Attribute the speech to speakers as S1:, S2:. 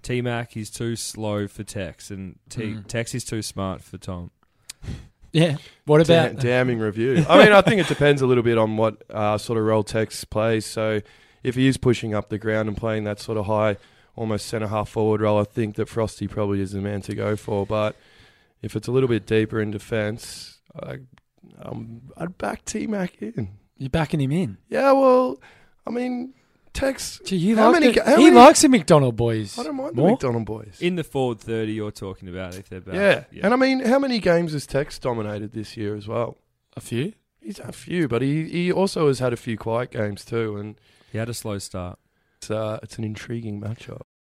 S1: T Mac, he's too slow for Tex, and T-
S2: Mm-hmm.
S3: Mm.
S1: Tex is too smart for Tom.
S3: Yeah. What
S2: Da-
S3: about
S2: damning review? I mean, I think it depends a little bit on what uh, sort of role Tex plays. So, if he is pushing up the ground and playing that sort of high, almost centre half forward role, I think that Frosty probably is the man to go for. But if it's a little bit deeper in defence, I, um, I'd back T Mac in.
S3: you backing him in?
S2: Yeah, well, I mean, Tex,
S3: Gee, you
S2: How
S3: like
S2: many-
S3: the-
S2: how
S3: he
S2: many-
S3: likes the McDonald boys.
S2: I don't mind
S3: More?
S2: the McDonald boys.
S1: In the forward thirty, you're talking about if they're back.
S2: yeah. and I mean, how many games has Tex dominated this year as well?
S3: A few.
S2: He's had a few, but he, he also has had a few quiet games too, and
S1: he had a slow start.
S2: it's uh, it's an intriguing matchup.